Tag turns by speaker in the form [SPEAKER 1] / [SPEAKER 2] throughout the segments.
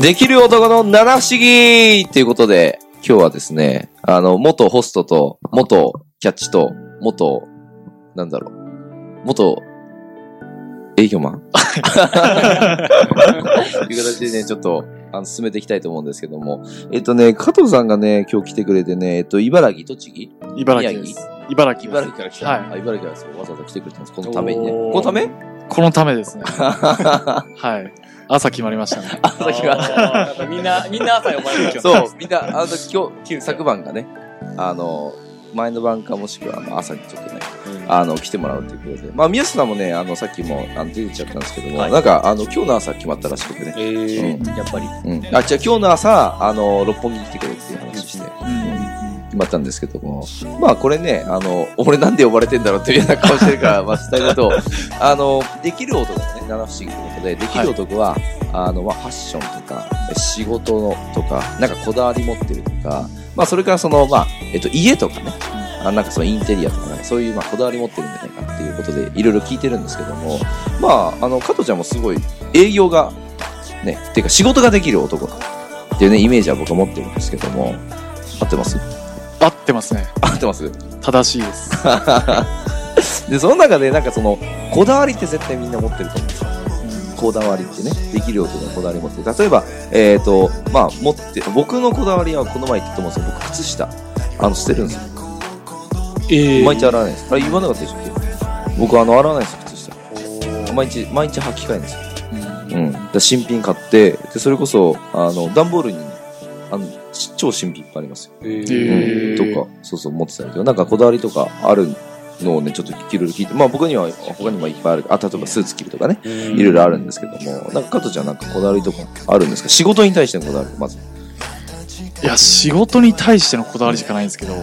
[SPEAKER 1] できる男の七不思議ということで、今日はですね、あの、元ホストと、元キャッチと、元、なんだろう、元、営業マンという形でね、ちょっと、あの、進めていきたいと思うんですけども。えっとね、加藤さんがね、今日来てくれてね、えっと、茨城、栃木
[SPEAKER 2] 茨城です。茨城
[SPEAKER 1] 茨
[SPEAKER 2] で
[SPEAKER 1] 城
[SPEAKER 2] す。
[SPEAKER 1] から来た。
[SPEAKER 2] はい
[SPEAKER 1] あ茨城からそうわざわざ来てくれてます。このためにね。
[SPEAKER 3] おー
[SPEAKER 1] このため
[SPEAKER 2] このため ですね。はい。朝決まりましたね。
[SPEAKER 1] 朝日は
[SPEAKER 3] あーなんかみ んな、みんな朝呼ばれる。
[SPEAKER 1] そうう、みんな、あの、今日、昨晩がね、あの、前の晩かもしくはあの朝にちょっとね、あの、来てもらうということで。まあ、宮下さんもね、あの、さっきもあの出てっちゃったんですけども、
[SPEAKER 3] はい
[SPEAKER 1] なんか、あの、今日の朝決まったらしくてね。
[SPEAKER 3] えー
[SPEAKER 1] う
[SPEAKER 3] やっぱり。
[SPEAKER 1] うん。あ、じゃあ今日の朝、あの、六本木に来てくれっていう話して、決まったんですけども、まあ、これね、あの、俺なんで呼ばれてんだろうっていうような顔してる から、まあ、伝えると、あの、できる男のね、七不思議ってことで、できる男は、あの、まあ、ファッションとか、仕事のとか、なんかこだわり持ってるとか、まあ、それからその、まあ、えっと、家とかね、あなんかそのインテリアとか、ね、そういうまあこだわり持ってるんじゃないかっていうことで、いろいろ聞いてるんですけども、まあ、あの、加藤ちゃんもすごい営業が、ね、っていうか仕事ができる男だっていうね、イメージは僕は持ってるんですけども、合ってます
[SPEAKER 2] 合ってますね。
[SPEAKER 1] 合ってます
[SPEAKER 2] 正しいです。
[SPEAKER 1] で、その中でなんかその、こだわりって絶対みんな持ってると思うんですよ。こだわりってね、できる男のこだわり持ってる。例えば、えっ、と、まあ、持って、僕のこだわりはこの前言ったと思うんですけど、僕靴下、あの、捨てるんですよ。
[SPEAKER 3] え
[SPEAKER 1] 毎日洗わないです。あれ言わなかったでしょっけ僕あの、洗わないですよ、靴下。毎日、毎日履き替えるんですよ。うん。だから新品買って、で、それこそ、あの、段ボールに、あの、ち超新品いっぱいありますよ。
[SPEAKER 2] へー
[SPEAKER 1] とか、そうそう、持ってたりとか、なんかこだわりとかあるのをね、ちょっといろいろ聞いて、まあ僕には、他にもいっぱいある。あ、例えばスーツ着るとかね、いろいろあるんですけども、なんか加藤ちゃんなんかこだわりとかあるんですか仕事に対してのこだわり、まず。
[SPEAKER 2] いや、仕事に対してのこだわりしかないんです けど、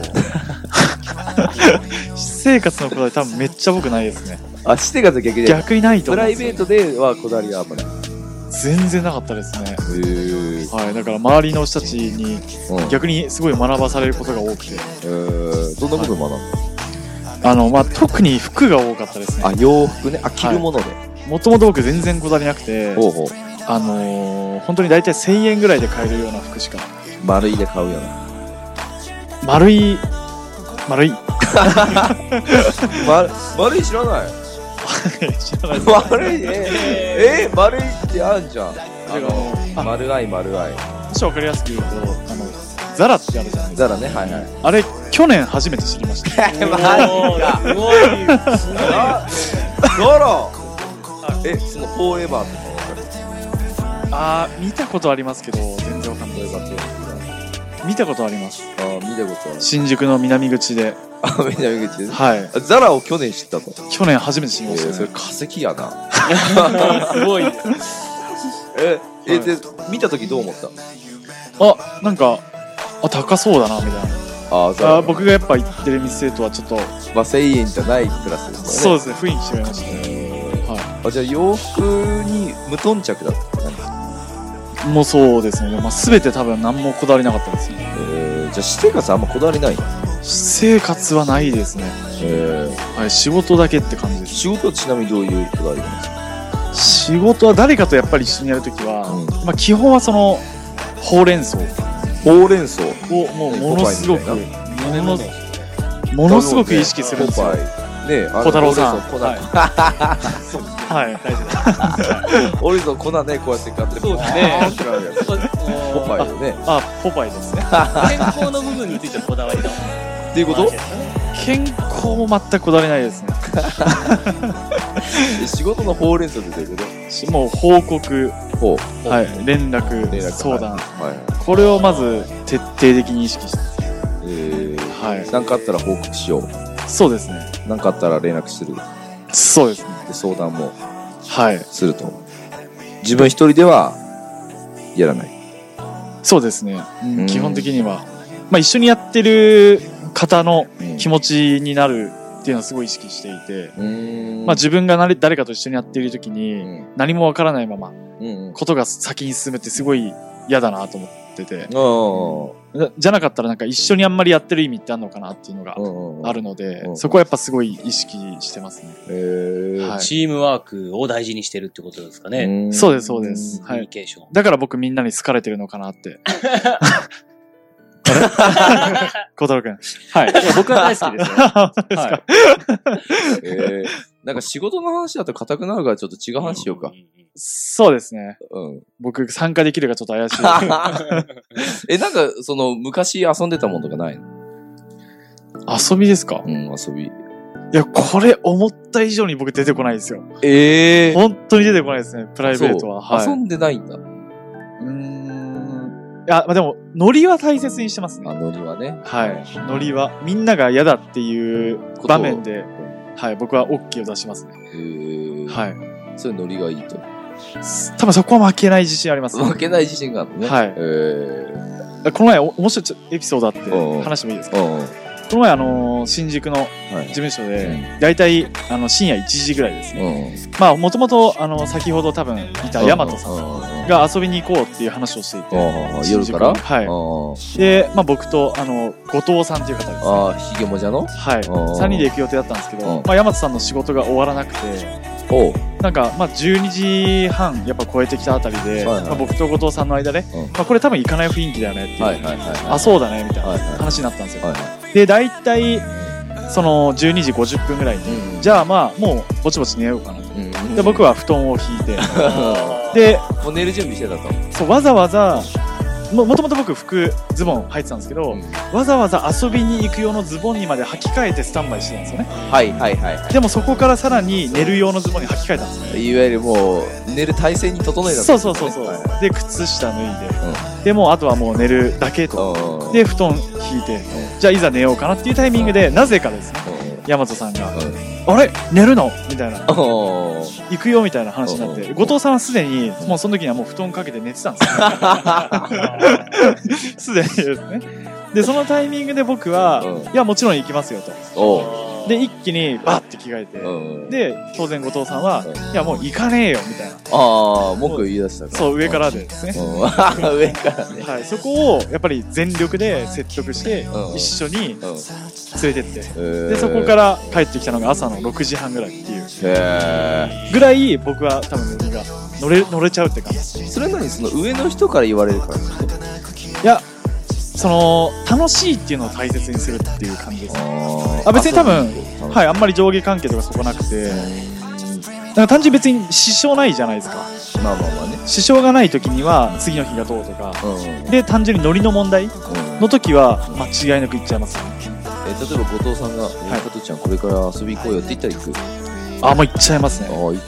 [SPEAKER 2] 私生活のこだわり多分めっちゃ僕ないですね。
[SPEAKER 1] あ、してが逆に
[SPEAKER 2] 逆にないと
[SPEAKER 1] プ
[SPEAKER 2] 思う
[SPEAKER 1] ラ
[SPEAKER 2] んで
[SPEAKER 1] イ
[SPEAKER 2] すよ
[SPEAKER 1] ベートではこだわりはあんまり。へ
[SPEAKER 2] 全然なかったですね。
[SPEAKER 1] ぇ
[SPEAKER 2] はい。だから周りの人たちに
[SPEAKER 1] うん。え
[SPEAKER 2] 逆にすごい学ばされることが多くて、
[SPEAKER 1] ーどんなこと学んだ
[SPEAKER 2] あの、まあ、特に服が多かったです
[SPEAKER 1] あ
[SPEAKER 2] ね。、
[SPEAKER 1] 洋服ね。あ、着るもので。
[SPEAKER 2] もともと僕全然こだわりなくて、
[SPEAKER 1] ほうほう。
[SPEAKER 2] あのー本当に大体1000円ぐらいで買えるような服しか
[SPEAKER 1] 丸いで買うような。
[SPEAKER 2] 丸い丸い
[SPEAKER 1] 丸、丸い知らない。
[SPEAKER 2] 知らないです
[SPEAKER 1] 丸いえー、えー、丸いってあるじゃん。あ の、
[SPEAKER 2] あ
[SPEAKER 1] 丸アイ丸アイ。
[SPEAKER 2] もし分かりやすく言うとあのザラってあるじゃないです
[SPEAKER 1] ザラね、はい はい。
[SPEAKER 2] かあれ去年初めて知りました
[SPEAKER 1] え、マ
[SPEAKER 3] すごい。すごい。
[SPEAKER 1] ザラえ、そのフォーエバーとかわかる
[SPEAKER 2] あー見たことありますけど全然わかんないです見たことあります
[SPEAKER 1] あー、見たこと
[SPEAKER 2] 新宿の南口で
[SPEAKER 1] ある。あ、南口で
[SPEAKER 2] はい
[SPEAKER 1] ザラを去年知ったと。
[SPEAKER 2] 去年初めて知り
[SPEAKER 1] え
[SPEAKER 2] ました、
[SPEAKER 1] ー、
[SPEAKER 2] ね
[SPEAKER 1] それ化石やな。
[SPEAKER 3] すごい。
[SPEAKER 1] え、え、
[SPEAKER 2] はい
[SPEAKER 1] で、見たときどう思った
[SPEAKER 2] あなんかあ高そうだなみたい
[SPEAKER 1] あー、ザ
[SPEAKER 2] なあ
[SPEAKER 1] ラ。
[SPEAKER 2] ー僕がやっぱ行ってる店とはちょっと
[SPEAKER 1] まあ、1000円じゃないクラスですか
[SPEAKER 2] そう
[SPEAKER 1] らね。
[SPEAKER 2] ですね雰囲気違いましたね
[SPEAKER 1] あ、じゃあ洋服に無頓着だったって感じ
[SPEAKER 2] もうそうですね、まあ、全て多分何もこだわりなかったですね
[SPEAKER 1] えー、じゃあ私生活あんまこだわりない
[SPEAKER 2] 私生活はないですね、
[SPEAKER 1] え
[SPEAKER 2] はい、仕事だけって感じです
[SPEAKER 1] 仕事はちなみにどういうことがありますか
[SPEAKER 2] 仕事は誰かとやっぱり一緒にやるときは、
[SPEAKER 1] う
[SPEAKER 2] まあ、基本はそのほうれん草を
[SPEAKER 1] ほうれん草
[SPEAKER 2] もうものすごく
[SPEAKER 1] ポパイ
[SPEAKER 2] ものものすごく意識するんですよ、
[SPEAKER 1] ポパイねえあの
[SPEAKER 2] 小太郎さん
[SPEAKER 1] ほうれん草
[SPEAKER 2] はい、
[SPEAKER 1] 粉ほうれん草粉ねこうやって買って
[SPEAKER 3] そうですね
[SPEAKER 1] パー ンってなるやつポ
[SPEAKER 3] ポ
[SPEAKER 1] パイをね
[SPEAKER 2] あポパイですね
[SPEAKER 3] 健康の部分についてのこだわりだ。
[SPEAKER 1] っていうこと
[SPEAKER 2] 健康も全くこだわりないですね
[SPEAKER 1] で仕事のほうれん草で出てくる
[SPEAKER 2] しもう報告、
[SPEAKER 1] ほう
[SPEAKER 2] はい、連絡
[SPEAKER 1] 連絡
[SPEAKER 2] 相談、
[SPEAKER 1] はいはい
[SPEAKER 2] これをまず徹底的に意識して
[SPEAKER 1] え
[SPEAKER 2] はい
[SPEAKER 1] ーなんかあったら報告しよう
[SPEAKER 2] そうですね
[SPEAKER 1] なんかあったら連絡するで
[SPEAKER 2] そうですね
[SPEAKER 1] 相談も
[SPEAKER 2] はい
[SPEAKER 1] すると自分一人ではやらない
[SPEAKER 2] そうですね、うん
[SPEAKER 1] うん
[SPEAKER 2] 基本的には、まあ、一緒にやってる方の
[SPEAKER 1] うん
[SPEAKER 2] 気持ちになるっていうのはすごい意識していて、
[SPEAKER 1] うーん
[SPEAKER 2] まあ、自分がなれ誰かと一緒にやっている時
[SPEAKER 1] う
[SPEAKER 2] に
[SPEAKER 1] ん
[SPEAKER 2] 何もわからないまま
[SPEAKER 1] うんうん
[SPEAKER 2] ことが先に進むってすごい嫌だなと思って
[SPEAKER 1] あ
[SPEAKER 2] て
[SPEAKER 1] あ
[SPEAKER 2] じゃじゃなかったらなんか一緒にあんまりやってる意味ってあるのかなっていうのが
[SPEAKER 1] うんうん
[SPEAKER 2] あるので、
[SPEAKER 1] うん
[SPEAKER 2] そこはやっぱすごい意識してますね。
[SPEAKER 1] へー
[SPEAKER 2] はい
[SPEAKER 3] チームワークを大事にしてるってことですかね。
[SPEAKER 1] ん
[SPEAKER 2] そうです、そうです。
[SPEAKER 3] コミ
[SPEAKER 2] は
[SPEAKER 3] ュニ
[SPEAKER 2] い。
[SPEAKER 3] ケーション。
[SPEAKER 2] だから僕みんなに好かれてるのかなって。 小太郎くん。はい。
[SPEAKER 3] いや僕は大好きですよ。は
[SPEAKER 1] えーなんか仕事の話だと硬くなるからちょっと違う話しようか。。
[SPEAKER 2] そうですね。
[SPEAKER 1] うん。
[SPEAKER 2] 僕参加できるかちょっと怪しい。
[SPEAKER 1] え、なんか、その、昔遊んでたものとかないの
[SPEAKER 2] 遊びですか
[SPEAKER 1] うん、遊び。
[SPEAKER 2] いや、これ思った以上に僕出てこないですよ。
[SPEAKER 1] え
[SPEAKER 2] 本当に出てこないですね、プライベートは。はい。
[SPEAKER 1] 遊
[SPEAKER 2] うん
[SPEAKER 1] でないんだ。
[SPEAKER 2] ーん。いや、まあ、でも、ノリは大切にしてます
[SPEAKER 1] あ
[SPEAKER 2] ね。
[SPEAKER 1] のりはね。
[SPEAKER 2] はい。ノリは。みんなが嫌だっていう
[SPEAKER 1] こと
[SPEAKER 2] 場面で、はい、僕は OK を出しますね。
[SPEAKER 1] えー、
[SPEAKER 2] はい。
[SPEAKER 1] それノリがいいと。
[SPEAKER 2] 多分そこは負けない自信あります。
[SPEAKER 1] 負けない自信があるのね。
[SPEAKER 2] はい
[SPEAKER 1] えー、
[SPEAKER 2] この前お面白いちょエピソードあって
[SPEAKER 1] うん
[SPEAKER 2] 話してもいいですか
[SPEAKER 1] うん。
[SPEAKER 2] この前あのー新宿の
[SPEAKER 1] はい
[SPEAKER 2] 事務所でだいたいあの深夜1時ぐらいですね
[SPEAKER 1] うん。
[SPEAKER 2] まあもともとあの先ほど多分いたヤマトさん
[SPEAKER 1] ん
[SPEAKER 2] が遊びに行こうっていう話をしていて
[SPEAKER 1] ああ、夜から
[SPEAKER 2] はい
[SPEAKER 1] あ
[SPEAKER 2] でまあ僕とあの後藤さんっていう方ですね
[SPEAKER 1] ああ、ひげもじゃの
[SPEAKER 2] はい
[SPEAKER 1] うん
[SPEAKER 2] 3人で行く予定だったんですけど
[SPEAKER 1] うん
[SPEAKER 2] まあヤマトさんの仕事が終わらなくて
[SPEAKER 1] おう。
[SPEAKER 2] なんかまあ12時半やっぱ超えてきたあたりで
[SPEAKER 1] はいはい
[SPEAKER 2] まあ僕と後藤さんの間で
[SPEAKER 1] うん
[SPEAKER 2] まあこれ多分行かない雰囲気だよねって
[SPEAKER 1] はいいうはいはい。
[SPEAKER 2] あそうだねみたい
[SPEAKER 1] は
[SPEAKER 2] ない
[SPEAKER 1] はい
[SPEAKER 2] 話になったんですよ
[SPEAKER 1] はい
[SPEAKER 2] で大体その12時50分ぐらいに
[SPEAKER 1] はい。
[SPEAKER 2] じ
[SPEAKER 1] ゃ
[SPEAKER 2] ゃあまあもうぼちぼち寝ようかなと
[SPEAKER 1] あ
[SPEAKER 2] で僕は布団を引 いて
[SPEAKER 3] で、
[SPEAKER 2] で
[SPEAKER 1] もう寝る準備してたと。
[SPEAKER 2] そうわざわざももともと僕服ズボン入ってたんですけど、
[SPEAKER 1] うん
[SPEAKER 2] わざわざ遊びに行く用のズボンにまで履き替えてスタンバイしてたんですよね
[SPEAKER 1] はいはいはい。
[SPEAKER 2] でもそこからさらに寝る用のズボンに履き替えたんですね
[SPEAKER 1] いわゆるもう寝る体勢に整えた
[SPEAKER 2] そうそうそうそう、
[SPEAKER 1] はい
[SPEAKER 2] で靴下脱いで、でもうあとはもう寝るだけと
[SPEAKER 1] うん
[SPEAKER 2] で布団引いて、じゃあいざ寝ようかなっていうタイミングでなぜかですね
[SPEAKER 1] う
[SPEAKER 2] 大和さんが
[SPEAKER 1] んうん
[SPEAKER 2] 「あれ寝るの?」みたいな
[SPEAKER 1] おー
[SPEAKER 2] 行くよみたいな話になっ
[SPEAKER 1] うん
[SPEAKER 2] て
[SPEAKER 1] うん
[SPEAKER 2] 後藤さんはすでにもうその時にはもう布団かけて寝てたん ですよすでにですねでそのタイミングで僕は、
[SPEAKER 1] うん
[SPEAKER 2] いやもちろん行きますよと
[SPEAKER 1] お
[SPEAKER 2] で一気にバッて着替えて、
[SPEAKER 1] うん
[SPEAKER 2] で当然後藤さんは、
[SPEAKER 1] うん
[SPEAKER 2] いやもう行かねえよみたいな
[SPEAKER 1] ああ文句言い出した
[SPEAKER 2] そう上かららでですね、
[SPEAKER 1] うん 上からね
[SPEAKER 2] はい、そこをやっぱり全力で説得して、
[SPEAKER 1] うん
[SPEAKER 2] 一緒に
[SPEAKER 1] うん
[SPEAKER 2] 連れてって
[SPEAKER 1] で
[SPEAKER 2] でそこから帰ってきたのが朝の6時半ぐらいってい
[SPEAKER 1] ら
[SPEAKER 2] う
[SPEAKER 1] へ
[SPEAKER 2] ぐらい僕は多分が乗れ乗れちゃうって感じ
[SPEAKER 1] えそれなのにその上の人から言われるから
[SPEAKER 2] いやその楽しいっていうのを大切にするっていう感じです
[SPEAKER 1] あ
[SPEAKER 2] あ別に多分はいいあんまり上下関係とかそこなくてなんか単純に別に支障ないじゃないですか
[SPEAKER 1] まあまあまあね
[SPEAKER 2] 支障がない時には次の日がどうとか
[SPEAKER 1] うんうん
[SPEAKER 2] で単純にノリの問題の時は間違いなく言っちゃいますよね
[SPEAKER 1] え例えば後藤さんが「加藤ちゃんこれから遊び行こうよ」って言ったら行く
[SPEAKER 2] あもう言っちゃいます
[SPEAKER 1] ああ
[SPEAKER 2] ね
[SPEAKER 1] 行くん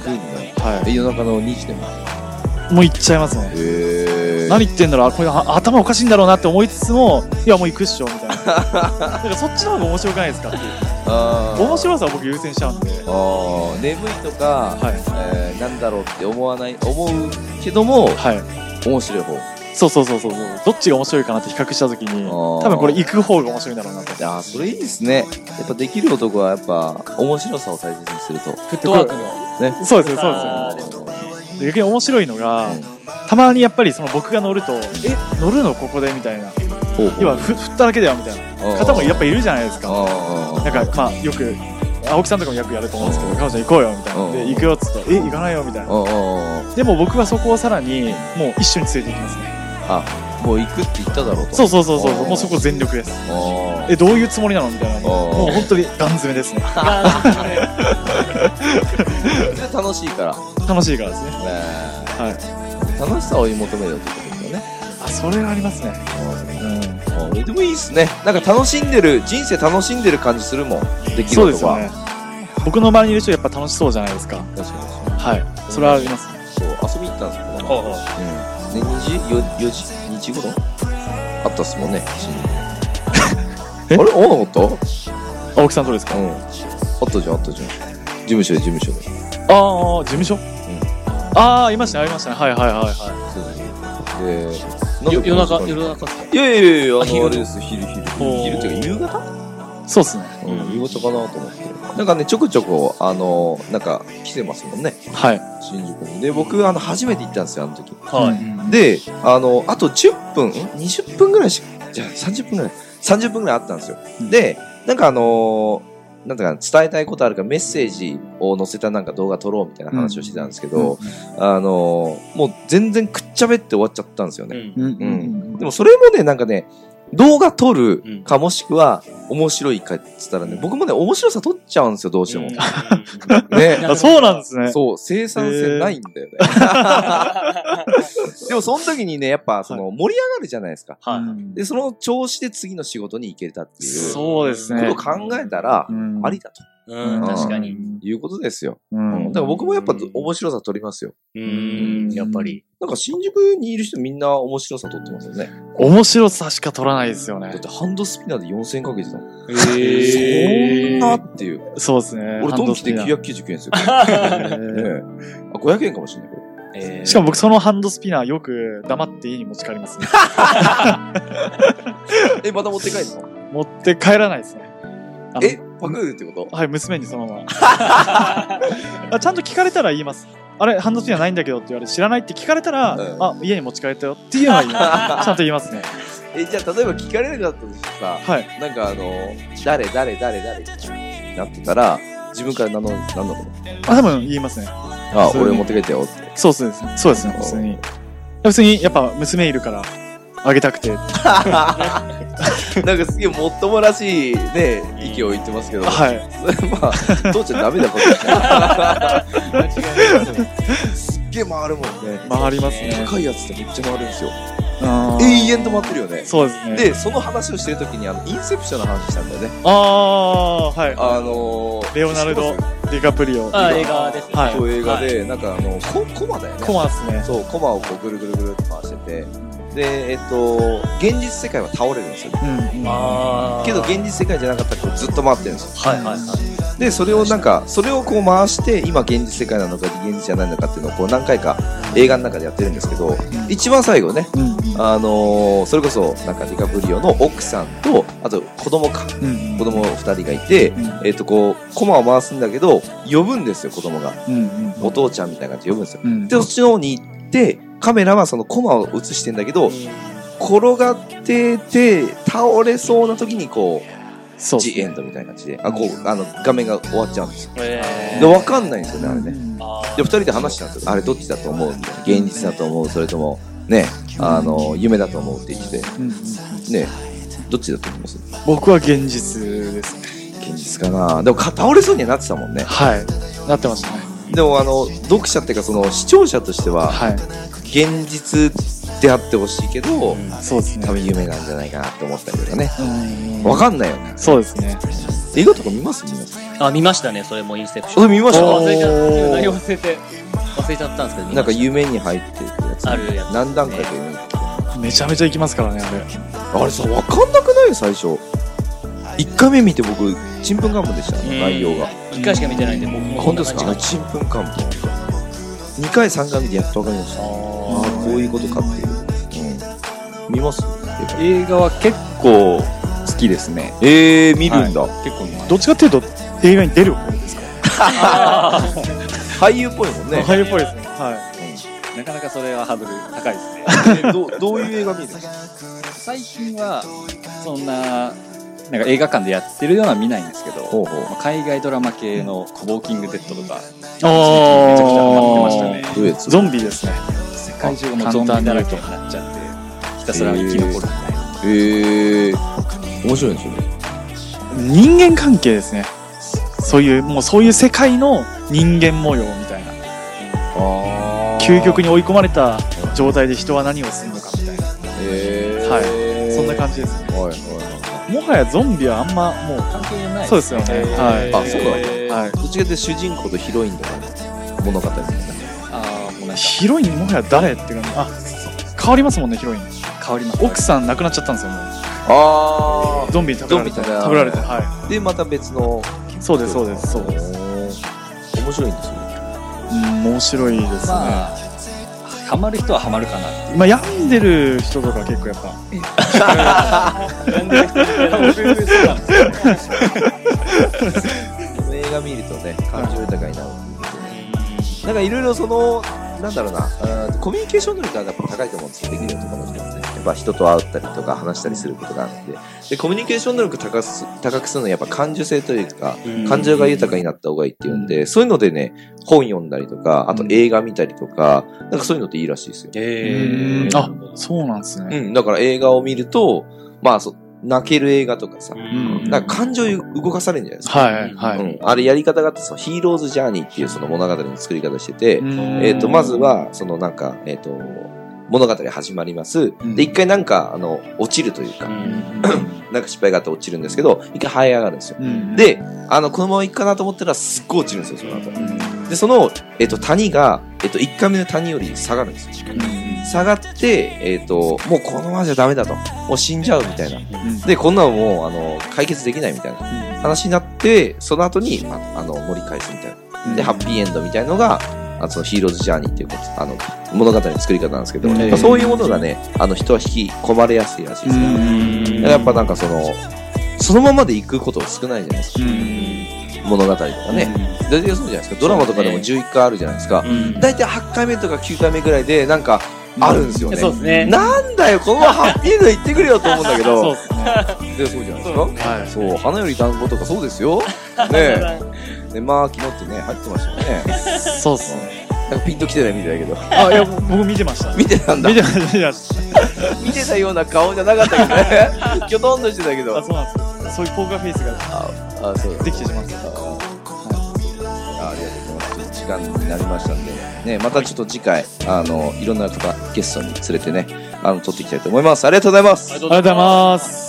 [SPEAKER 1] だ
[SPEAKER 2] は
[SPEAKER 1] え夜中の2時でも
[SPEAKER 2] いもう言っちゃいますね
[SPEAKER 1] へえ
[SPEAKER 2] 何言ってんだろうこれあ頭おかしいんだろうなって思いつつもいやもう行くっしょみたいな だからそっちの方が面白くないですかっていう
[SPEAKER 1] あー
[SPEAKER 2] 面白さを僕優先しちゃうんで
[SPEAKER 1] あー眠いとか、
[SPEAKER 2] はい
[SPEAKER 1] えーなんだろうって思わない思うけども
[SPEAKER 2] はい
[SPEAKER 1] 面白い方
[SPEAKER 2] そうそうそうそうそう。どっちが面白いかなって比較したときに、
[SPEAKER 1] あー
[SPEAKER 2] 多分これ行く方が面白いんだろうなと。
[SPEAKER 1] ああそれいいですねやっぱできる男はやっぱ面白さを大切にすると
[SPEAKER 3] フットワークの。
[SPEAKER 2] そうですよ、そう
[SPEAKER 3] あ
[SPEAKER 2] ですよ。で逆に面白いのが、たまにやっぱりその僕が乗ると、え、乗るのここでみたいな。
[SPEAKER 1] ほう
[SPEAKER 2] 要はふ振っただけだよみたいな
[SPEAKER 1] ほう
[SPEAKER 2] 方もやっぱいるじゃないですか。
[SPEAKER 1] あ
[SPEAKER 2] なんかまあよく、青木さんとかもよくやると思うんですけど、彼女行こうよみたいな。
[SPEAKER 1] う
[SPEAKER 2] で、
[SPEAKER 1] ん
[SPEAKER 2] 行くよっつったら、え、行かないよみたい
[SPEAKER 1] あ
[SPEAKER 2] な。でも僕はそこをさらに、もう一緒に連れて行きますね。
[SPEAKER 1] もう行くって言っただろうと
[SPEAKER 2] そうそうそうそう
[SPEAKER 1] う、ん
[SPEAKER 2] もうそこ全力です。
[SPEAKER 1] あ
[SPEAKER 2] え、どういうつもりなのみたいな。
[SPEAKER 1] うん
[SPEAKER 2] もう本当にガン詰めですね。
[SPEAKER 1] ーそれ楽しいから、
[SPEAKER 2] 楽しいからですね。
[SPEAKER 1] ね
[SPEAKER 2] はい。
[SPEAKER 1] え楽しさを追い求めるってことだね
[SPEAKER 2] あそれはありますね、
[SPEAKER 1] あーでもいいですねなんか楽しんでる人生楽しんでる感じするもんできる
[SPEAKER 2] そうです
[SPEAKER 1] 男
[SPEAKER 2] よ
[SPEAKER 1] は
[SPEAKER 2] ね僕の周りにいる人やっぱ楽しそうじゃないですか
[SPEAKER 1] 確かに
[SPEAKER 2] はいそれはありますね
[SPEAKER 1] そう遊びに行ったんですけど、うん、ね2時 ?4 時 ?2 時ごろあったっすもん ね、
[SPEAKER 2] え
[SPEAKER 1] あれ会わなかっ
[SPEAKER 2] 青木さんどうです
[SPEAKER 1] た
[SPEAKER 2] か
[SPEAKER 1] うん。あったじゃん、あったじゃん。事務所で、事務所で。
[SPEAKER 2] ああ事務所、ああいましたねありましたねはいはいはいは
[SPEAKER 1] そうそうそうで、なんで
[SPEAKER 3] よ夜中、
[SPEAKER 1] この時間に
[SPEAKER 3] 夜中っすか
[SPEAKER 1] いやいやいやいや、あ
[SPEAKER 3] あ昼
[SPEAKER 1] の、あれです、昼、昼。昼っていうか、
[SPEAKER 2] いそうっすね
[SPEAKER 1] 夕方うん、夕方かなと思って。なんかね、ちょこちょこ、あの、なんか、来てますもんね、
[SPEAKER 2] はい
[SPEAKER 1] 新宿に。で、僕、あの、初めて行ったんですよ、あの時。
[SPEAKER 3] はい。
[SPEAKER 2] い
[SPEAKER 1] で、あの、あと10分、ん20分ぐらいしじゃあ30分ぐらい、30分ぐらいあったんですよ。で、なんかあのーなんていうか伝えたいことあるからメッセージを載せたなんか動画撮ろうみたいな話をしてたんですけど、あのーもう全然くっちゃべって終わっちゃったんですよね。
[SPEAKER 3] ん
[SPEAKER 2] うん
[SPEAKER 1] う
[SPEAKER 2] うんん
[SPEAKER 1] でもそれもね、なんかね、動画撮るかもしくは面白いかって言ったらね、僕もね、面白さ撮っちゃうんですよ、どうしても。 ね。
[SPEAKER 2] あそうなんですね。
[SPEAKER 1] そう、生産性ないんだよね。でもその時にね、やっぱその盛り上がるじゃないですか。
[SPEAKER 2] う
[SPEAKER 3] は
[SPEAKER 2] ん
[SPEAKER 1] で、その調子で次の仕事に行けたっていうこ
[SPEAKER 2] そうですね
[SPEAKER 1] とを。考えたら
[SPEAKER 2] う、ん
[SPEAKER 1] ありだと
[SPEAKER 3] い。うん、確かに。。
[SPEAKER 1] いうことですよ。
[SPEAKER 2] う
[SPEAKER 1] だ
[SPEAKER 2] ん
[SPEAKER 1] から僕もやっぱ面白さ取りますよ。
[SPEAKER 3] うん、やっぱり。
[SPEAKER 1] なんか新宿にいる人みんな面白さ取ってますよね。
[SPEAKER 2] 面白さしか取らないですよ
[SPEAKER 1] だっ
[SPEAKER 2] ね。
[SPEAKER 1] てハンドスピナーで4000円かけてたもん。
[SPEAKER 3] へー
[SPEAKER 1] そんなっていう。
[SPEAKER 2] そうですね。
[SPEAKER 1] 俺ドンキで
[SPEAKER 2] ハンド
[SPEAKER 1] 999円です よ。
[SPEAKER 2] スピナー
[SPEAKER 1] ねえあ、500円かもしれないけど。
[SPEAKER 3] えー
[SPEAKER 2] しかも僕そのハンドスピナーよく黙って家に持ち帰 りますね。
[SPEAKER 1] え、また持って帰るの
[SPEAKER 2] 持って帰らないですね。あの
[SPEAKER 1] え、パクるってこと
[SPEAKER 2] はい、娘にそのま ま。あちゃんと聞かれたら言います。あれ、ハンドスピナーないんだけどって言われて、知らないって聞かれたら、
[SPEAKER 1] うん
[SPEAKER 2] あ、家に持ち帰ったよっていうのは言 います。ちゃんと言いますね。
[SPEAKER 1] え、じゃあ例えば聞かれなかったとしてさ、
[SPEAKER 2] はい。
[SPEAKER 1] なんかあの、誰、誰、誰、誰みたいになってたら、自分から名乗る、なんのか
[SPEAKER 2] あ、多分言いますね。
[SPEAKER 1] なあ、俺持って帰ったよって。
[SPEAKER 2] そうですね。そうですね、普通に。普通に、やっぱ娘いるから、あげたくて。は
[SPEAKER 1] なんかすげえもっともらしいね、意見を言ってますけど、い、
[SPEAKER 2] い。
[SPEAKER 1] まあ、父ちゃんダメだこと
[SPEAKER 3] 間違いない
[SPEAKER 1] すっげえ回るもんね。
[SPEAKER 2] 回りますね。
[SPEAKER 1] 高いやつってめっちゃ回るんですよ。
[SPEAKER 2] あ
[SPEAKER 1] 永
[SPEAKER 2] ー
[SPEAKER 1] 遠と回ってるよね。
[SPEAKER 2] そうですね。
[SPEAKER 1] で、その話をしてるときに、あの、インセプションの話したんだよね。
[SPEAKER 2] ああー、は
[SPEAKER 1] あのー、
[SPEAKER 2] い。レオナルド・ディカプリオ。
[SPEAKER 3] あ、映画ですね。
[SPEAKER 2] はい
[SPEAKER 1] そう映画で、なんかあの、ココマだよね。
[SPEAKER 2] コマですね。
[SPEAKER 1] そう、コマをこうぐるぐるぐるって回してて、で、えっと、現実世界は倒れるんですよ。
[SPEAKER 2] うんうん。
[SPEAKER 3] あー
[SPEAKER 1] けど現実世界じゃなかったらこうずっと回ってるんですよ。
[SPEAKER 3] はいはいはい。
[SPEAKER 1] で、それをなんか、それをこう回して、今現実世界なのか、現実じゃないのかっていうのをこう何回か映画の中でやってるんですけど、一番最後ね、
[SPEAKER 2] うん
[SPEAKER 1] あのーそれこそ、なんかディカプリオの奥さんと、あと子供か、
[SPEAKER 2] うん
[SPEAKER 1] 子供二人がいて、えっとこう、コマを回すんだけど、呼ぶんですよ、子供が。
[SPEAKER 2] うんうん
[SPEAKER 1] お父ちゃんみたいな感じで呼ぶんですよ。
[SPEAKER 2] うん
[SPEAKER 1] で、そっちの方に行って、カメラはそのコマを映してんだけど、転がってて、倒れそうな時にこう、
[SPEAKER 2] そう
[SPEAKER 1] ジエンドみたいな感じで、あ、こう、あの、画面が終わっちゃうんですよ。
[SPEAKER 3] えー
[SPEAKER 1] で、わかんないんですよね、あれね。
[SPEAKER 3] あー
[SPEAKER 1] で、二人で話したんですよ。あれどっちだと思うみたいな。現実だと思うそれとも、ね、あの、夢だと思うって言ってて、
[SPEAKER 2] うんうん
[SPEAKER 1] ね、どっちだと思います
[SPEAKER 2] 僕は現実ですね。
[SPEAKER 1] 現実かなでもか倒れそうにはなってたもんね。
[SPEAKER 2] はい。なってましたね。
[SPEAKER 1] でも、あの、読者っていうか、その、視聴者としては、
[SPEAKER 2] はい。
[SPEAKER 1] 現実であってほしいけど、
[SPEAKER 2] そうですね
[SPEAKER 1] 多。分夢なんじゃないかなって思ったりとかね。
[SPEAKER 2] うん
[SPEAKER 1] わかんないよね。
[SPEAKER 2] そうですね。
[SPEAKER 1] 映画とか見ます見ます。
[SPEAKER 3] あ、見ましたね、それもインセプション。
[SPEAKER 1] あ見ました
[SPEAKER 3] 忘れちゃった。
[SPEAKER 2] おー
[SPEAKER 3] 内容忘れて。忘れちゃったんですけど、見
[SPEAKER 1] なん
[SPEAKER 3] ま
[SPEAKER 1] か
[SPEAKER 3] した
[SPEAKER 1] 夢に入っていくやつ。
[SPEAKER 3] あるやつ。
[SPEAKER 1] 何段階で夢に
[SPEAKER 2] めちゃめちゃ行きますからね、あれ。
[SPEAKER 1] あれさ、わかんなくない最初。1回目見て僕、ちんぷんかんぷんでしたね、内容が。
[SPEAKER 3] 一回しか見てないんで、僕も
[SPEAKER 1] 本当です
[SPEAKER 3] こんな
[SPEAKER 1] か
[SPEAKER 3] 感
[SPEAKER 1] ちんぷんかんぷん。2回、3回見てやっとわかりました。ああー、こういうことかっていう。うん、見ます
[SPEAKER 4] 映画は結構好きですね
[SPEAKER 1] えー、見るんだ。
[SPEAKER 4] 結構見ます
[SPEAKER 2] どっちかっていうと、映画に出る方ですか
[SPEAKER 1] 俳優っぽいもんね。
[SPEAKER 2] 俳優っぽいですね。は
[SPEAKER 4] なかなかそれはハードル高いですね
[SPEAKER 1] えど どういう映画見るの
[SPEAKER 4] 最近はそんななんか映画館でやってるようなのは見ないんですけど
[SPEAKER 1] ほうほう
[SPEAKER 4] まあ海外ドラマ系の「ウォーキングデッド」とか
[SPEAKER 2] い。お
[SPEAKER 4] めちゃくちゃハマってましたね
[SPEAKER 1] どういうやつ
[SPEAKER 2] ゾンビですね。
[SPEAKER 4] 世界中がもうゾンビだらけになっちゃってひたすら生き残るみたいな
[SPEAKER 1] えー、面白いんですよね。
[SPEAKER 2] 人間関係ですね。そういう、もうそういう世界の人間模様みたいな。
[SPEAKER 1] あ
[SPEAKER 2] 究極に追い込まれた状態で人は何をするのかみたいな。
[SPEAKER 1] えー、
[SPEAKER 2] はいそんな感じですね。
[SPEAKER 1] はいはいは
[SPEAKER 2] もはやゾンビはあんま、もう、
[SPEAKER 4] 関係ない
[SPEAKER 2] そうですよね。はい。
[SPEAKER 1] い。あ、そうなんだ。
[SPEAKER 2] はい
[SPEAKER 1] どっちかって主人公とヒロインとかの物語みたいな。
[SPEAKER 4] ああもうなんか
[SPEAKER 2] ヒロインもはや誰って感じあ変わりますもんねヒロイン
[SPEAKER 4] 変わります
[SPEAKER 2] 奥さん亡くなっちゃったんですよもう
[SPEAKER 1] あ
[SPEAKER 2] ゾンビに食べられて
[SPEAKER 1] ゾンビ
[SPEAKER 2] 食
[SPEAKER 1] だな
[SPEAKER 2] べられては
[SPEAKER 1] あ。で、また別の。
[SPEAKER 2] いそうですそうですそうです
[SPEAKER 1] 面白いんですよね。
[SPEAKER 2] うん面白いですね、
[SPEAKER 4] まあハマる人はハマるかなっていう
[SPEAKER 2] まあ、病んでる人とか結構やっぱ
[SPEAKER 1] この映画見るとね、感情豊かになるっていう。なんかいろいろその、なんだろうな、あーコミュニケーション能力がやっぱ高いと思うんですよ。できる男の人はね。まあ、人と会ったりとか話したりすることがあってでコミュニケーション能力高す高くするのはやっぱ感受性というか
[SPEAKER 3] うん
[SPEAKER 1] 感情が豊かになった方がいいっていうんでそういうのでね本読んだりとかあと映画見たりとかなんかそういうのっていいらしいですよ、
[SPEAKER 3] えー、
[SPEAKER 2] あ、そうなんです
[SPEAKER 1] う
[SPEAKER 2] ね。
[SPEAKER 1] ん、だから映画を見るとまあそ泣ける映画とかさ
[SPEAKER 3] うん
[SPEAKER 1] なんか感情動かされるんじゃないですか、
[SPEAKER 2] はい、は
[SPEAKER 1] う
[SPEAKER 2] い。
[SPEAKER 1] ん、あれやり方があってそのヒーローズジャーニーっていうその物語の作り方してて、
[SPEAKER 2] うん
[SPEAKER 1] えっ、と、まず、は、そのなんか、えっ、と、物語始まります。
[SPEAKER 2] ん
[SPEAKER 1] で、一回なんか、あの、落ちるというか、なんか失敗があって落ちるんですけど、一回這い上がるんですよ。
[SPEAKER 2] うん、
[SPEAKER 1] で、あの、このまま行くかなと思ったら、すっごい落ちるんですよ、その後。で、その、えっ、と、谷が、えっ、と、一回目の谷より下がるんですよ。下がって、えっ、と、もうこのままじゃダメだと。もう死んじゃうみたいな。で、こんなのもう、あの、解決できないみたいな話になって、その後に、ああの、盛り返すみたいな。で、ハッピーエンドみたいのが、あそのヒーローズジャーニーっていうか、あの、物語の作り方なんですけど、
[SPEAKER 2] うん
[SPEAKER 1] やっぱそういうものがね、あの、人は引き込まれやすいらしいですね。
[SPEAKER 2] うん
[SPEAKER 1] やっぱなんかその、そのままで行くこと少ないじゃないですか。物語とかね。大体そうじゃないですか。ドラマとかでも11回あるじゃないですか。 大体8回目とか9回目ぐらいで、なんか、あるんですよね。
[SPEAKER 3] そうですね。
[SPEAKER 1] なんだよ、このままハッピーエンド行ってくれよと思うんだけ
[SPEAKER 2] そう
[SPEAKER 1] ど、
[SPEAKER 2] ですね。
[SPEAKER 1] でそうじゃないですか。
[SPEAKER 2] はい。
[SPEAKER 1] そう、花より団子とかそうです よ。ねえ。ね、まあ、昨日ってね、入ってましたよね。
[SPEAKER 2] そうですね。
[SPEAKER 1] なんかピンと来てないみたいだ けど。
[SPEAKER 2] あ、いや、僕見てました。
[SPEAKER 1] 見てたんだ
[SPEAKER 2] 見。てました、見てました。
[SPEAKER 1] 見てたような顔じゃなかったけど ね。きょとんとしてたけど。
[SPEAKER 2] あ、そうなんですよ。そういうポーカーフェイスが
[SPEAKER 1] あ、あそうだ
[SPEAKER 2] できてしまった。
[SPEAKER 1] あありがとうございます。時間になりましたんで、ね、またちょっと次回、あの、いろんな方、ゲストに連れてね、あの、撮っていきたいと思います。ありがとうございます。
[SPEAKER 2] ありがとうございます。